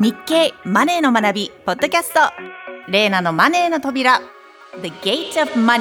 日経マネーの学びポッドキャストレイナのマネーの扉 The Gate of Money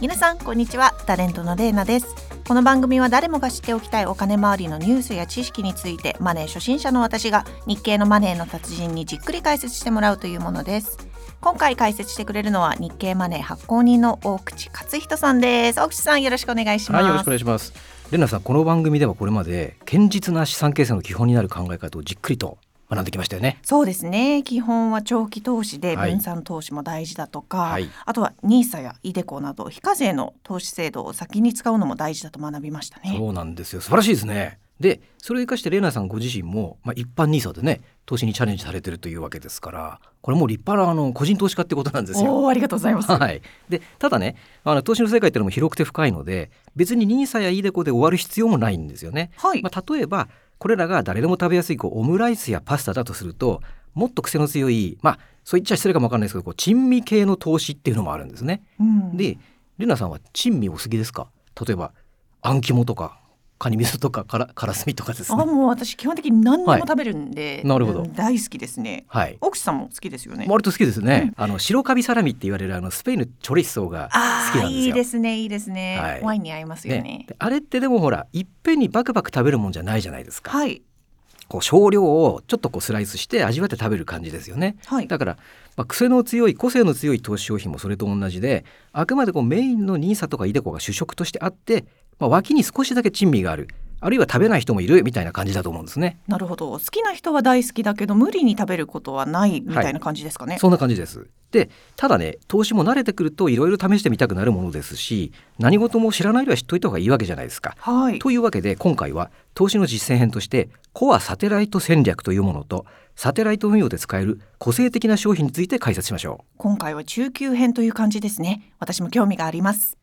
皆さんこんにちはタレントのレイナですこの番組は誰もが知っておきたいお金周りのニュースや知識についてマネー初心者の私が日経のマネーの達人にじっくり解説してもらうというものです今回解説してくれるのは日経マネー発行人の大口勝人さんです大口さんよろしくお願いしますはい、よろしくお願いします。レナさん、この番組ではこれまで堅実な資産形成の基本になる考え方をじっくりと学んできましたよね。そうですね基本は長期投資ではい分散投資も大事だとか、はいあとは NISA や iDeCo など非課税の投資制度を先に使うのも大事だと学びましたね。そうなんですよ。素晴らしいですね。で、それを生かしてレナさんご自身も、まあ、一般ニーサでね、投資にチャレンジされてるというわけですから、これもう立派なあの個人投資家ってことなんですよ。おーありがとうございます。はい、でただねあの投資の世界っていうのも広くて深いので別にニーサやイデコで終わる必要もないんですよね。はい、 まあ、例えばこれらが誰でも食べやすいこうオムライスやパスタだとするともっと癖の強いまあそう言っちゃ失礼かもわかんないですけどこう珍味系の投資っていうのもあるんですね。うん、でレナさんは珍味お好きですか例えばあん肝とかカニ味噌とかからからすみとかですあね。もう私基本的に何でもはい食べるんで、なるほうどん大好きですね。はい奥さんも好きですよね。割と好きですね。あの白カビサラミって言われるあのスペインのチョレッソがあ好あきなんですいよいですねいいですね、はいワインに合いますよね。ね、であれってでもほらいっぺんにバクバク食べるもんじゃないじゃないですか、はいこう少量をちょっとこうスライスして味わって食べる感じですよねはい。だから、まあ、癖の強い個性の強い投資商品もそれと同じであくまでこうメインの NISA とかイデコが主食としてあって、まあ、脇に少しだけ珍味があるあるいは食べない人もいるみたいな感じだと思うんですね。なるほど好きな人は大好きだけど無理に食べることはないみたいな感じですかね。そんな感じですでただね投資も慣れてくるといろいろ試してみたくなるものですし何事も知らないよりは知っといた方がいいわけじゃないですか。はい。というわけで今回は投資の実践編としてコアサテライト戦略というものとサテライト運用で使える個性的な商品について解説しましょう。今回は中級編という感じですね私も興味があります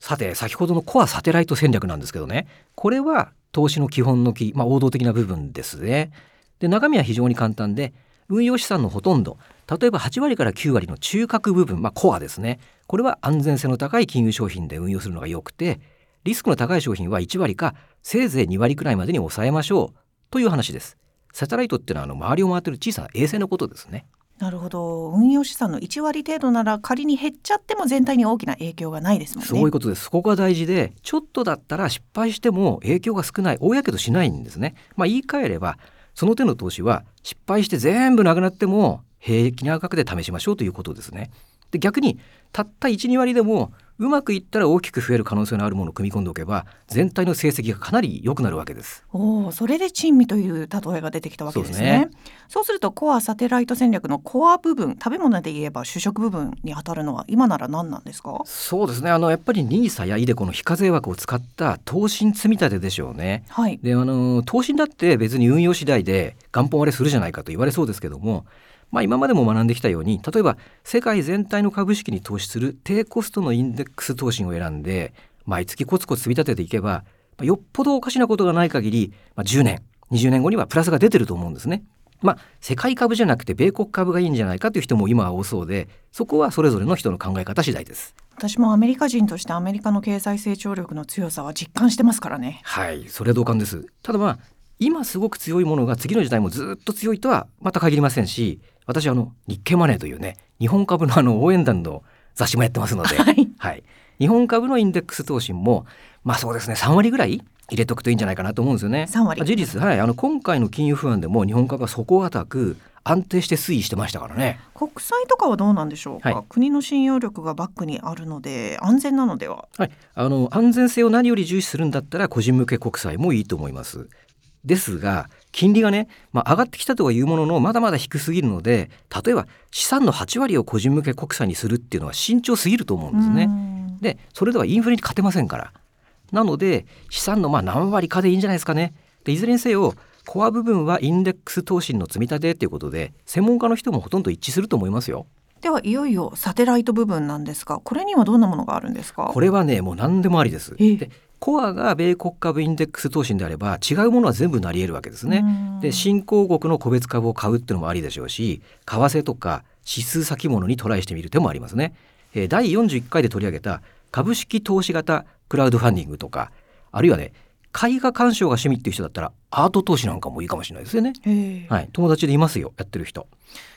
さて先ほどのコアサテライト戦略なんですけどねこれは投資の基本の木、まあ、王道的な部分ですね。で中身は非常に簡単で運用資産のほとんど例えば8割から9割の中核部分、まあ、コアですねこれは安全性の高い金融商品で運用するのが良くてリスクの高い商品は1割かせいぜい2割くらいまでに抑えましょうという話です。サテライトってのはあの周りを回ってる小さな衛星のことですね。なるほど運用資産の1割程度なら仮に減っちゃっても全体に大きな影響がないですもんねそういうことです。そこが大事で、ちょっとだったら失敗しても影響が少ない、大やけどしないんですね。まあ言い換えれば、その手の投資は失敗して全部なくなっても平気な価格で試しましょうということですね。で逆にたった1、2割でもうまくいったら大きく増える可能性のあるものを組み込んでおけば全体の成績がかなり良くなるわけです。おおそれで珍味という例えが出てきたわけですねそうそうでするとコアサテライト戦略のコア部分食べ物で言えば主食部分に当たるのは今なら何なんですかそうですねあのやっぱり NISA やイデコの非課税枠を使った投資積み立てでしょうね。はいであの投資だって別に運用次第で元本割れするじゃないかと言われそうですけども、まあ、今までも学んできたように例えば世界全体の株式に投資する低コストのインデックス投資を選んで毎月コツコツ積み立てていけばまあよっぽどおかしなことがない限り、まあ、10年20年後にはプラスが出てると思うんですね。まあ、世界株じゃなくて米国株がいいんじゃないかという人も今は多そうでそこはそれぞれの人の考え方次第です。私もアメリカ人としてアメリカの経済成長力の強さは実感してますからねはい、それは同感です。ただまあ今すごく強いものが次の時代もずっと強いとはまた限りませんし、私はあの日経マネーというね、日本株のあの応援団の雑誌もやってますので、 はいはい、日本株のインデックス投資もまあそうですね、3割ぐらい入れとくといいんじゃないかなと思うんですよね。 3割事実、はい、あの今回の金融不安でも日本株は底堅く安定して推移してましたからね。国債とかはどうなんでしょうか、はい国の信用力がバックにあるので安全なのでははい、あの安全性を何より重視するんだったら個人向け国債もいいと思います。ですが金利がね、まあ、上がってきたとはいうもののまだまだ低すぎるので例えば資産の8割を個人向け国債にするっていうのは慎重すぎると思うんですうね。んでそれではインフレに勝てませんからなので資産のまあ何割かでいいんじゃないですかね。でいずれにせよコア部分はインデックス投資の積み立てということで専門家の人もほとんど一致すると思いますよ。ではいよいよサテライト部分なんですがこれにはどんなものがあるんですかこれはねもう何でもありです。ええでコアが米国株インデックス投資であれば違うものは全部なり得るわけですね。うんで新興国の個別株を買うっていうのもありでしょうし為替とか指数先物にトライしてみる手もありますね。えー第41回で取り上げた株式投資型クラウドファンディングとかあるいはね絵画鑑賞が趣味っていう人だったらアート投資なんかもいいかもしれないですよね。えはい、友達でいますよやってる人。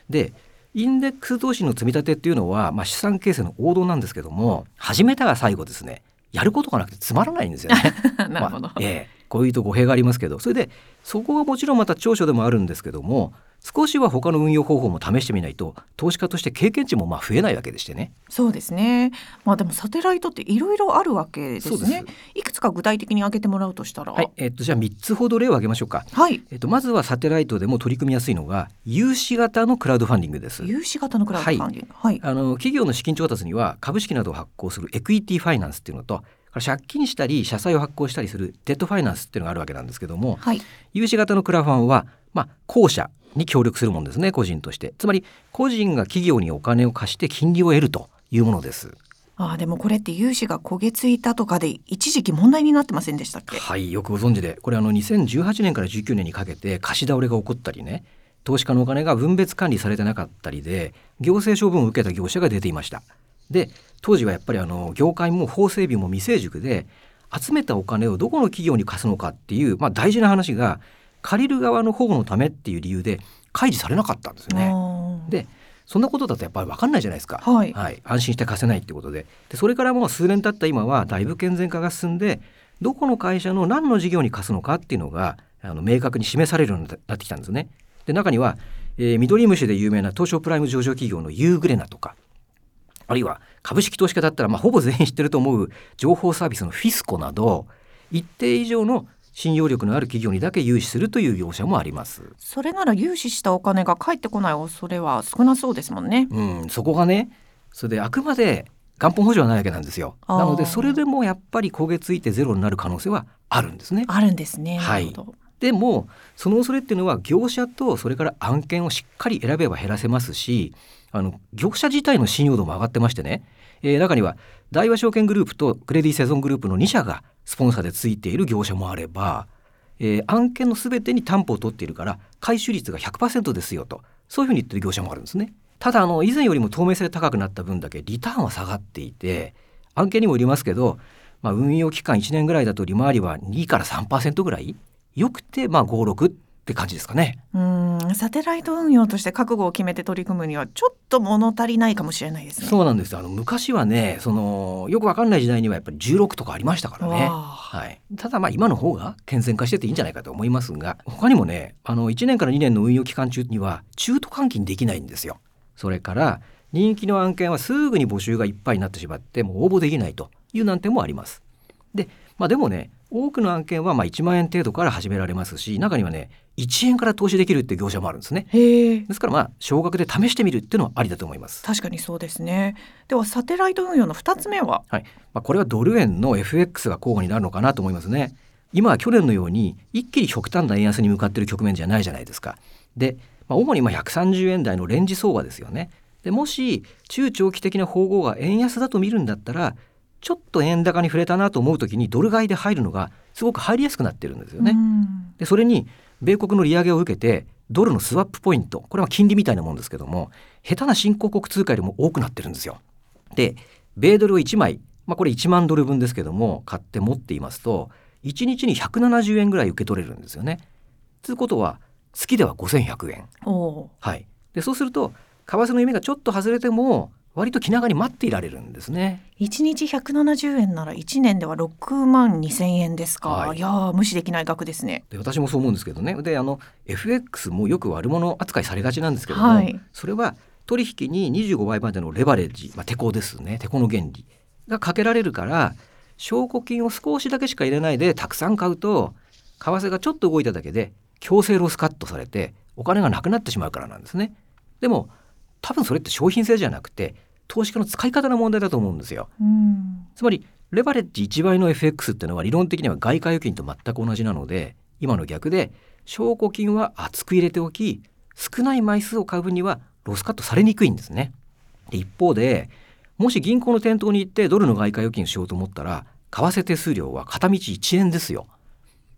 でインデックス投資の積み立てっていうのは、まあ、資産形成の王道なんですけども始めたが最後ですねやることがなくてつまらないんですよね。 なるほど、まあええこういうと語弊がありますけどそれでそこがもちろんまた長所でもあるんですけども少しは他の運用方法も試してみないと投資家として経験値もまあ増えないわけでしてね。そうですねまあでもサテライトっていろいろあるわけですねそうですいくつか具体的に挙げてもらうとしたらはいえっと、じゃあ3つほど例を挙げましょうか。はいえっと、まずはサテライトでも取り組みやすいのが融資型のクラウドファンディングです。融資型のクラウドファンディングはい、あの企業の資金調達には株式などを発行するエクイティファイナンスっていうのと借金したり社債を発行したりするデッドファイナンスっていうのがあるわけなんですけどもはい融資型のクラファンは、まあ、後者に協力するものですね個人としてつまり個人が企業にお金を貸して金利を得るというものです。ああでもこれって融資が焦げついたとかで一時期問題になってませんでしたっけはいよくご存知でこれあの2018年から19年にかけて貸し倒れが起こったりね投資家のお金が分別管理されてなかったりで行政処分を受けた業者が出ていましたで当時はやっぱりあの業界も法整備も未成熟で集めたお金をどこの企業に貸すのかっていう、まあ、大事な話が借りる側の保護のためっていう理由で開示されなかったんですよね。ああでそんなことだとやっぱり分かんないじゃないですか、はい安心して貸せないってことででそれからもう数年経った今はだいぶ健全化が進んでどこの会社の何の事業に貸すのかっていうのがあの明確に示されるようになってきたんですね。で中には、えー、ミドリムシで有名な東証プライム上場企業のユーグレナとかあるいは株式投資家だったら、まあ、ほぼ全員知ってると思う情報サービスのフィスコなど一定以上の信用力のある企業にだけ融資するという業者もあります。それなら融資したお金が返ってこない恐れは少なそうですもんねうん、そこがねそれであくまで元本保証はないわけなんですよあーなのでそれでもやっぱり焦げついてゼロになる可能性はあるんですねあるんですねはいなるほどでもその恐れっていうのは業者とそれから案件をしっかり選べば減らせますしあの業者自体の信用度も上がってましてね、えー中には大和証券グループとクレディセゾングループの2社がスポンサーでついている業者もあれば、えー案件の全てに担保を取っているから回収率が100%ですよとそういうふうに言ってる業者もあるんですね。ただあの以前よりも透明性高くなった分だけリターンは下がっていて案件にもよりますけど、まあ、運用期間1年ぐらいだと利回りは2から3%ぐらいよくてまあ56って感じですかね。うんサテライト運用として覚悟を決めて取り組むにはちょっと物足りないかもしれないですねそうなんですよあの昔はねそのよくわかんない時代にはやっぱり16とかありましたからね。わあはい、ただまあ今の方が健全化してていいんじゃないかと思いますが他にもねあの1年から2年の運用期間中には中途換金できないんですよ。それから人気の案件はすぐに募集がいっぱいになってしまってもう応募できないという難点もあります。で、まあ、でもね多くの案件はまあ1万円程度から始められますし中にはね1円から投資できるっていう業者もあるんですね。へえですからまあ少額で試してみるっていうのはありだと思います。確かにそうですねではサテライト運用の二つ目ははいまあ、これはドル円の FX が候補になるのかなと思いますね。今は去年のように一気に極端な円安に向かっている局面じゃないじゃないですか。で、まあ、主にまあ130円台のレンジ相場ですよね。でもし中長期的な方向が円安だと見るんだったらちょっと円高に触れたなと思う時にドル買いで入るのがすごく入りやすくなってるんですよね。うんでそれに米国の利上げを受けてドルのスワップポイントこれは金利みたいなもんですけども下手な新興国通貨よりも多くなってるんですよ。で米ドルを1枚、まあ、これ1万ドル分ですけども買って持っていますと1日に170円ぐらい受け取れるんですよね。ということは月では5100円。おおはい、でそうすると為替の夢がちょっと外れても割と気長に待っていられるんですね。一日170円なら一年では6万2千円ですか、はいい、やー無視できない額ですねで私もそう思うんですけどねであの FX もよく悪者扱いされがちなんですけども、はいそれは取引に25倍までのレバレッジ、まあ、テコですねテコの原理がかけられるから証拠金を少しだけしか入れないでたくさん買うと為替がちょっと動いただけで強制ロスカットされてお金がなくなってしまうからなんですね。でも多分それって商品性じゃなくて投資家の使い方の問題だと思うんですよ。うんつまりレバレッジ1倍の FX っていうのは理論的には外貨預金と全く同じなので今の逆で証拠金は厚く入れておき少ない枚数を買う分にはロスカットされにくいんですね。で一方でもし銀行の店頭に行ってドルの外貨預金をしようと思ったら為替手数料は片道1円ですよ。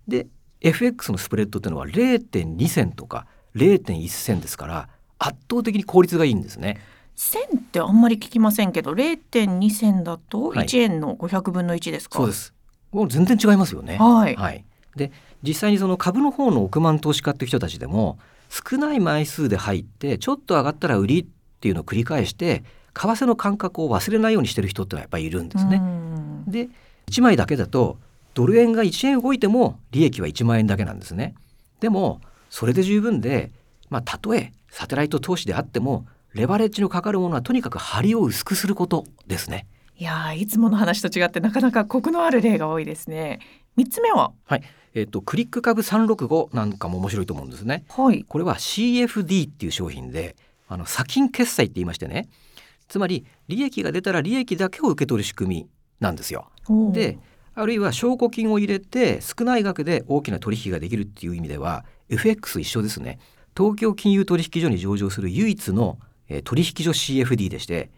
で FX のスプレッドっていうのは0.2銭とか0.1銭ですから圧倒的に効率がいいんですね。銭ってあんまり聞きませんけど0.2銭だとはい1円の500分の1ですか、そうです。もう全然違いますよね。はいはい、で実際にその株の方の億万投資家っていう人たちでも少ない枚数で入ってちょっと上がったら売りっていうのを繰り返して為替の感覚を忘れないようにしてる人ってのはやっぱりいるんですうね。んで1枚だけだとドル円が1円動いても利益は1万円だけなんですね。でもそれで十分で、まあ、たとえサテライト投資であってもレバレッジのかかるものはとにかく張りを薄くすることですね。いやーいつもの話と違ってなかなかコクのある例が多いですね三つ目はえっと、クリック株365なんかも面白いと思うんですね。はいこれは CFD っていう商品であの先金決済って言いましてねつまり利益が出たら利益だけを受け取る仕組みなんですよ。おーであるいは証拠金を入れて少ない額で大きな取引ができるっていう意味では FX 一緒ですね東京金融取引所に上場する唯一の、えー取引所 CFD でして、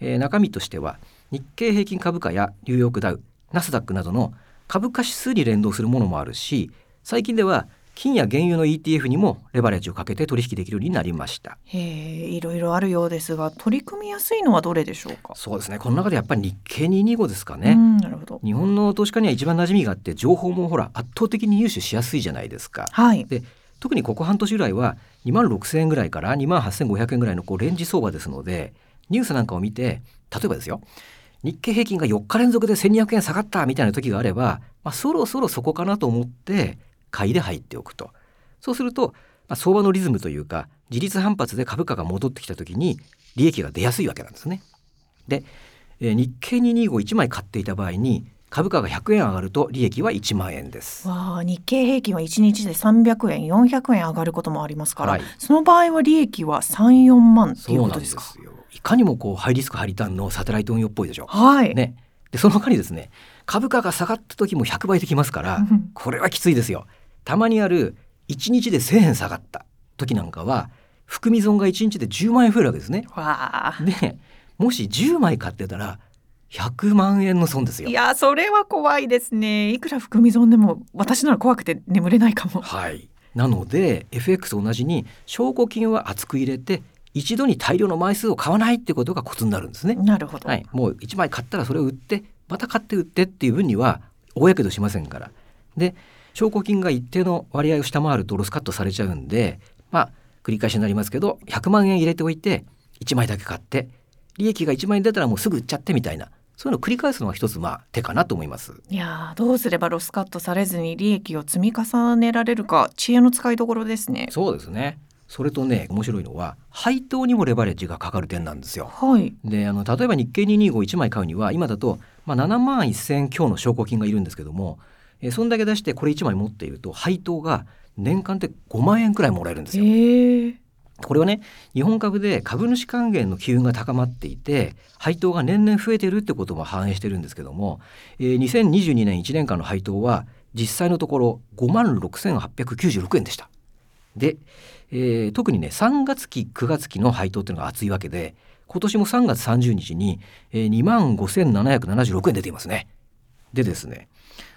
えー中身としては日経平均株価やニューヨークダウナスダックなどの株価指数に連動するものもあるし最近では金や原油の ETF にもレバレッジをかけて取引できるようになりましたへえいろいろあるようですが取り組みやすいのはどれでしょうかそうですねこの中でやっぱり日経225ですかね、うんなるほど日本の投資家には一番馴染みがあって情報もほら圧倒的に入手しやすいじゃないですかはい特にここ半年ぐらいは2万6,000円ぐらいから2万8,500円ぐらいのこうレンジ相場ですのでニュースなんかを見て例えばですよ日経平均が4日連続で1,200円下がったみたいな時があれば、まあ、そろそろそこかなと思って買いで入っておくとそうすると、まあ、相場のリズムというか自立反発で株価が戻ってきた時に利益が出やすいわけなんですね。で、えー日経2251枚買っていた場合に株価が100円上がると利益は1万円です。わあ日経平均は1日で300円400円上がることもありますから、はいその場合は利益は34万っていうそうこなとんでですすかよ。いかにもこうハイリスクハイリターンのサテライト運用っぽいでしょ。はい、ね。でその他にですね株価が下がった時も100倍できますから、うんこれはきついですよ。たまにある1日で1,000円下がった時なんかは含み損が1日で10万円増えるわけですね。わあでもし10枚買ってたら100万円の損ですよい。やそれは怖いですねいくら含み損でも私なら怖くて眠れないかもはい、なので FX と同じに証拠金は厚く入れて一度に大量の枚数を買わないってことがコツになるんですね。なるほど、はい、もう1枚買ったらそれを売ってまた買って売ってっていう分には大やけどしませんからで証拠金が一定の割合を下回るとロスカットされちゃうんでまあ繰り返しになりますけど100万円入れておいて1枚だけ買って利益が1万円出たらもうすぐ売っちゃってみたいなそういうのを繰り返すのが一つまあ手かなと思います。いやーどうすればロスカットされずに利益を積み重ねられるか知恵の使いどころですねそうですねそれとね面白いのは配当にもレバレッジがかかる点なんですよ。はいであの例えば日経2251枚買うには今だと、まあ、7万1,000強の証拠金がいるんですけども、えーそんだけ出してこれ1枚持っていると配当が年間で5万円くらいもらえるんですえよ。ー、これはね日本株で株主還元の機運が高まっていて配当が年々増えてるってことも反映してるんですけども、えー2022年1年間の配当は実際のところ5万6896円でした。で、えー特にね3月期9月期の配当っていうのが熱いわけで今年も3月30日に、えー2万5776円出ていますね。でですね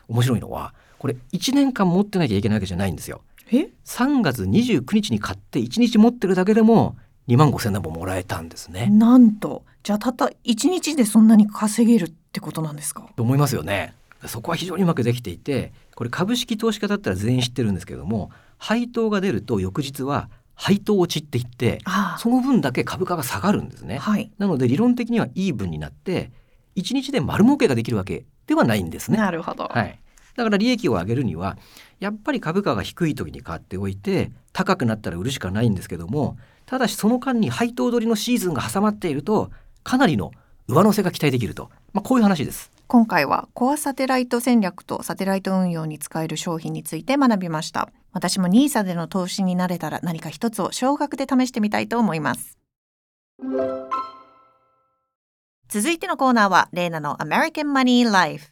面白いのはこれ1年間持ってなきゃいけないわけじゃないんですよ。え3月29日に買って1日持ってるだけでも2万5千円ももらえたんですね。なんとじゃあたった1日でそんなに稼げるってことなんですかと思いますよね。そこは非常にうまくできていてこれ株式投資家だったら全員知ってるんですけども配当が出ると翌日は配当落ちって言ってああその分だけ株価が下がるんですね。はいなので理論的にはイーブンになって1日で丸儲けができるわけではないんですね。なるほど、はい、だから利益を上げるにはやっぱり株価が低い時に買っておいて高くなったら売るしかないんですけどもただしその間に配当取りのシーズンが挟まっているとかなりの上乗せが期待できると、まあ、こういう話です。今回はコアサテライト戦略とサテライト運用に使える商品について学びました私も NISA での投資になれたら何か一つを少額で試してみたいと思います続いてのコーナーはレイナの American Money Life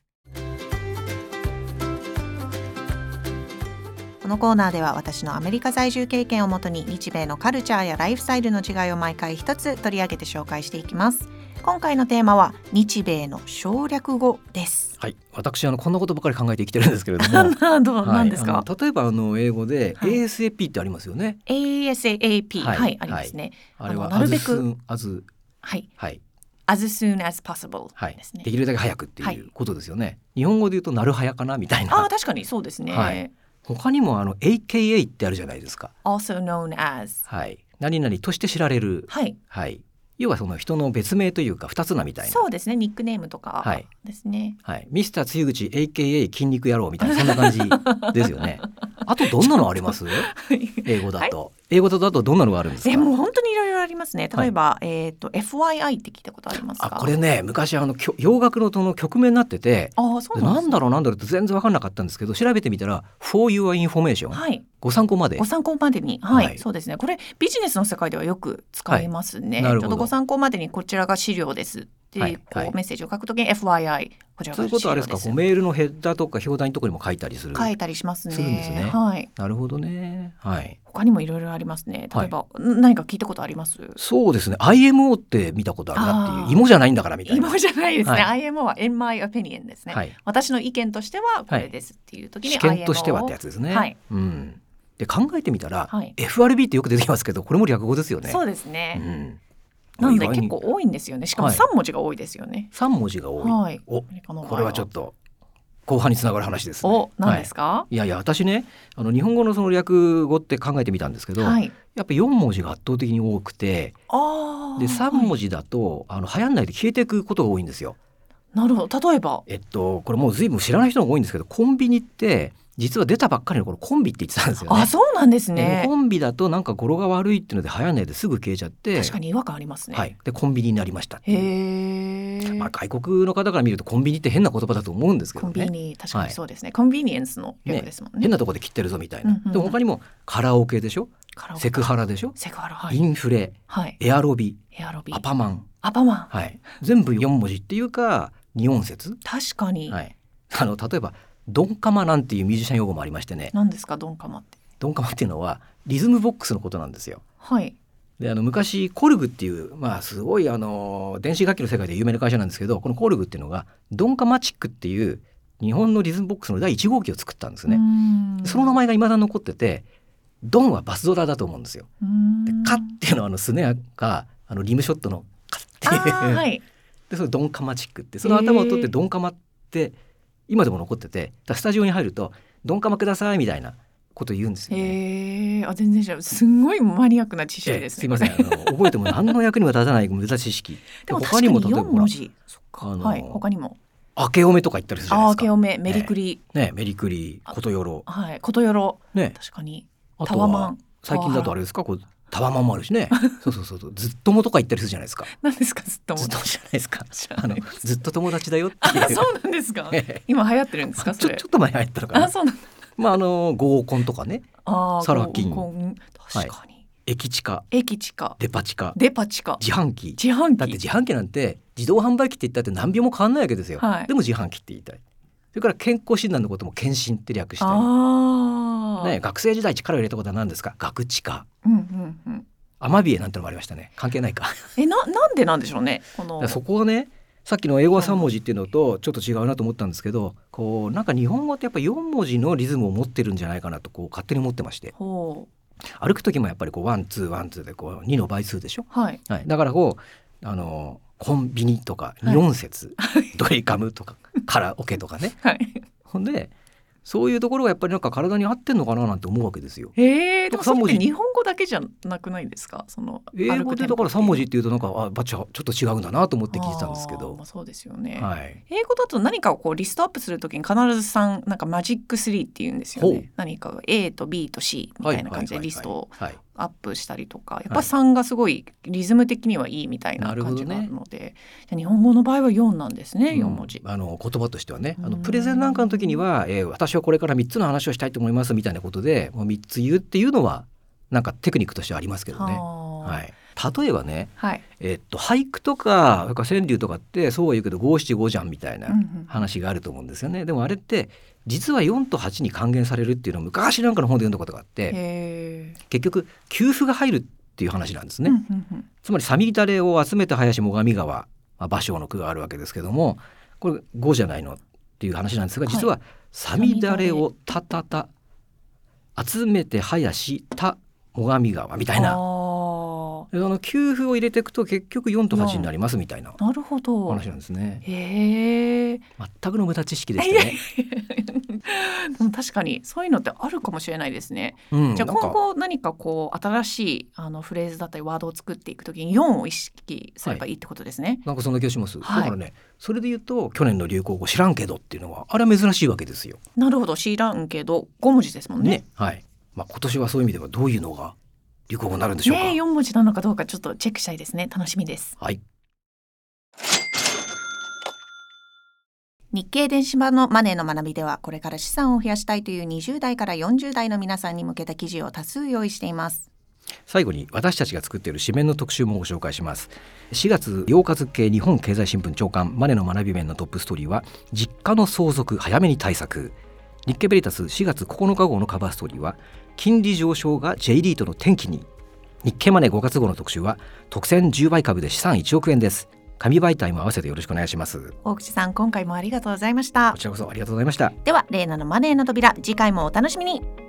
このコーナーでは私のアメリカ在住経験をもとに日米のカルチャーやライフスタイルの違いを毎回一つ取り上げて紹介していきます今回のテーマは日米の省略語ですはい、私あのこんなことばかり考えて生きてるんですけれ ども。な どうはないんですか、あの例えばあの英語ではい ASAP ってありますよね。 ASAP は、はいいありますねあれはあのなるべ as く soon as はいはい as soon as possible はいですねで。きるだけ早くってはいいうことですよね。日本語で言うとなる早かなみたいああな。確かにそうですね。はい他にもあの AKA ってあるじゃないですか。 also known as はい。何々として知られる。はいはい。要はその人の別名というか二つ名みたいな。そうですねニックネームとはかいですね。はい。ミスター露口 AKA 筋肉野郎みたいなそんな感じです よね。あとどんなのあります？英語だと、英語だとあとどんなのがあるんですえか？もう本当にいろいろありますね。例えば、えっ、と FYI って聞いたことありますか。あこれね昔あのきょ洋楽のその曲名になってて。あーそうでなんなですんだろうなんだろうって全然分かんなかったんですけど調べてみたら「For Your Information」はい。ご参考までご参考までに、はい、はいそうですね。これビジネスの世界ではよく使いますね。はいなるちほょっとどご参考までにこちらが資料ですって、はいこはういメッセージを書くときに FYI こちらそうがいうこ資とはあ料れですでかすこう。メールのヘッダーとか表題のところにも書いたりする書いたりしますね。するんですねはい。なるほどねはい他にもいろいろありますね。は例いえば、ん何か聞いたことあります？そうですね IMO って見たことあるなってあーいう芋じゃないんだからみたいな今じゃないですね。は IMO は in my opinion ですね。はい私の意見としてはこれですっていう時に試 IMO を、験としてはってやつですね、はいうん、で考えてみたら、はい FRB ってよく出てきますけどこれも略語ですよねそうですね。うん、なので意外結に構多いんですよね。しかもはい三文字が多いですよね。三文字が多い、はいおアメリカの場合これはちょっと後半につながる話ですねお、何ですか、か？はい、いやいや私ねあの日本語のその略語って考えてみたんですけど、はい。やっぱ四文字が圧倒的に多くてああ。で三はい文字だと、あの流行んないで消えていくことが多いんですよ。なるほど。例えば。えっとこれもう随分知らない人が多いんですけどコンビニって実は出たばっかりの頃コンビって言ってたんですよね。あ、そうなんですでね。コンビだとなんか語呂が悪いっていうので流行んないですぐ消えちゃって確かに違和感ありますね。はい、でコンビニになりましたっていうへえ。まあ、外国の方から見るとコンビニって変な言葉だと思うんですけコどンねビニ、確かにそうですね。コンビニエンスの略ですもんね。変なとこで切ってるぞみたいな、うんうんうんでも他にもカラオケでしょカラオケセクハラでしょ、セクハラ。はイい。ンフレはい。エアロビエアロビア。パマン、アパマン。はい、全部4文字っていうか2音節、確かに。はい、あの例えばドンカマなんていうミュージシャン用語もありましてね何ですか、ドンカマって。ドンカマっていうのはリズムボックスのことなんですよ。はい。であの昔コルグっていう、まあ、すごいあの電子楽器の世界で有名な会社なんですけどこのコルグっていうのがドンカマチックっていう日本のリズムボックスの第1号機を作ったんですね。その名前。前が未だ残っててドンはバスドラだと思うんですよ。うーんでカっていうのはあのスネアかあのリムショットのカあっていう、ーはい。 でそのドンカマチックってその頭を取ってドンカマって今でも残っててだからスタジオに入ると「ドンカマください」みたいなこと言うんですよね。へえ。あ、全然知らない。すんごいマニアックな知識ええですね。すいません。あの覚えても何の役にも立たない無駄知識。 でもで確かに例えば4ほら文字。そっか。あのーはい。他にも。明けおめとか言ったりするじゃないあでー、すけか。おめ、メリクリ。ねメリクリことよろはい。ことよろ。ね確かに。あタとワマはン。最近だとあれですかこうタワマンもある しね。そうそうそうそうずっともとか言ったりするじゃないですか。何ですかずっと思ずっってともじゃないで すか。知らなあのいずっと友達だよっていう。あそうなんですか ええ今流行ってるんですかちそょれちょっと前に入ったのかあな。そうなんだまああの合コンとかね、あーサラ金合コン確かに駅地下、駅地下デパ地下、デパ地下自販機。自販だって機自販機なんて自動販売機って言ったって何秒も変わんないわけですよ、はいでも自販機って言いたいそれから健康診断のことも健診って略してああね、学生時代力を入れたことは何ですか学知かうんうんうんアマビエなんてのもありましたね関係な いかだかえななんでなんでしょうねこのらそこはねさっきの英語は3文字っていうのとちょっと違うなと思ったんですけどこうなんか日本語ってやっぱ4文字のリズムを持ってるんじゃないかなとこう勝手に思ってましてほ歩く時もやっぱりこうワンツーワンツーでこう2の倍数でしょ、うはいはい、だからこうあのコンビニとかはい2音節、ドリカムと かカラオケとかねはいほんでそういうところがやっぱりなんか体に合ってんのかななんて思うわけですよ。えー、でもそれっ三文て字日本語だけじゃなくないですかその英語でだから3文字っていうとなんかあバッチャちょっと違うんだなと思ってて聞いてたんですけどまあ、そうですよね、はい、英語だと何かをこうリストアップするときに必ず三なんかマジック3って言うんですよほうね。何かが A と B と C みたいな感じでリストをはいはいアップしたりとかやっぱはい3がすごいリズム的にはいいみたいななるほ感どじねがあるので、じゃあ日本語の場合は4なんですねはい4文字。うんあの言葉としてはねあのうんプレゼンなんかの時には、えー私はこれから3つの話をしたいと思いますみたいなことでもう3つ言うっていうのはなんかテクニックとしてはありますけどね。は、はいい、例えばね、はいえっと、俳句とかそれから川柳とかってそうは言うけど五七五じゃんみたいなうんうん話があると思うんですよね。でもあれって実は4と8に還元されるっていうのを昔なんかの本で読んだことがあってへー結局給付が入るっていう話なんですね。うんうんうんつまりサミダレを集めた林最上川、まあ、芭蕉の句があるわけですけどもこれ5じゃないのっていう話なんですがはい実はサミダレをたたた集めて林た最上川みたいあなーはであの給付を入れていくと結局4と8になりますみたいななるほおど話なんですね。へえ全くの無駄知識でしたね。 でも確かにそういうのってあるかもしれないですねうんじゃあなん今か後何かこう新しいあのフレーズだったりワードを作っていくときに4を意識すればいいってことですね。なんかそんな気がします、はいだからねそれで言うと去年の流行語知らんけどっていうのはあれは珍しいわけですよ。なるほど知らんけど5文字ですもんね。ねはいまあ、今年はそういう意味ではどういうのが流行語になるんでしょうか。ね四4文字なのかどうかちょっとチェックしたいですね楽しみです。はい日経電子版のマネーの学びではこれから資産を増やしたいという20代から40代の皆さんに向けた記事を多数用意しています。最後に私たちが作っている紙面の特集もご紹介します4月8日付日本経済新聞長官マネの学び面のトップストーリーは実家の相続早めに対策日経ベリタス4月9日号のカバーストーリーは金利上昇が J リートの転機に日経マネ5月号の特集は特選10倍株で資産1億円です紙媒体も合わせてよろしくお願いします大口さん今回もありがとうございましたこ。ちらこそありがとうございましたではレイナのマネーの扉次回もお楽しみに。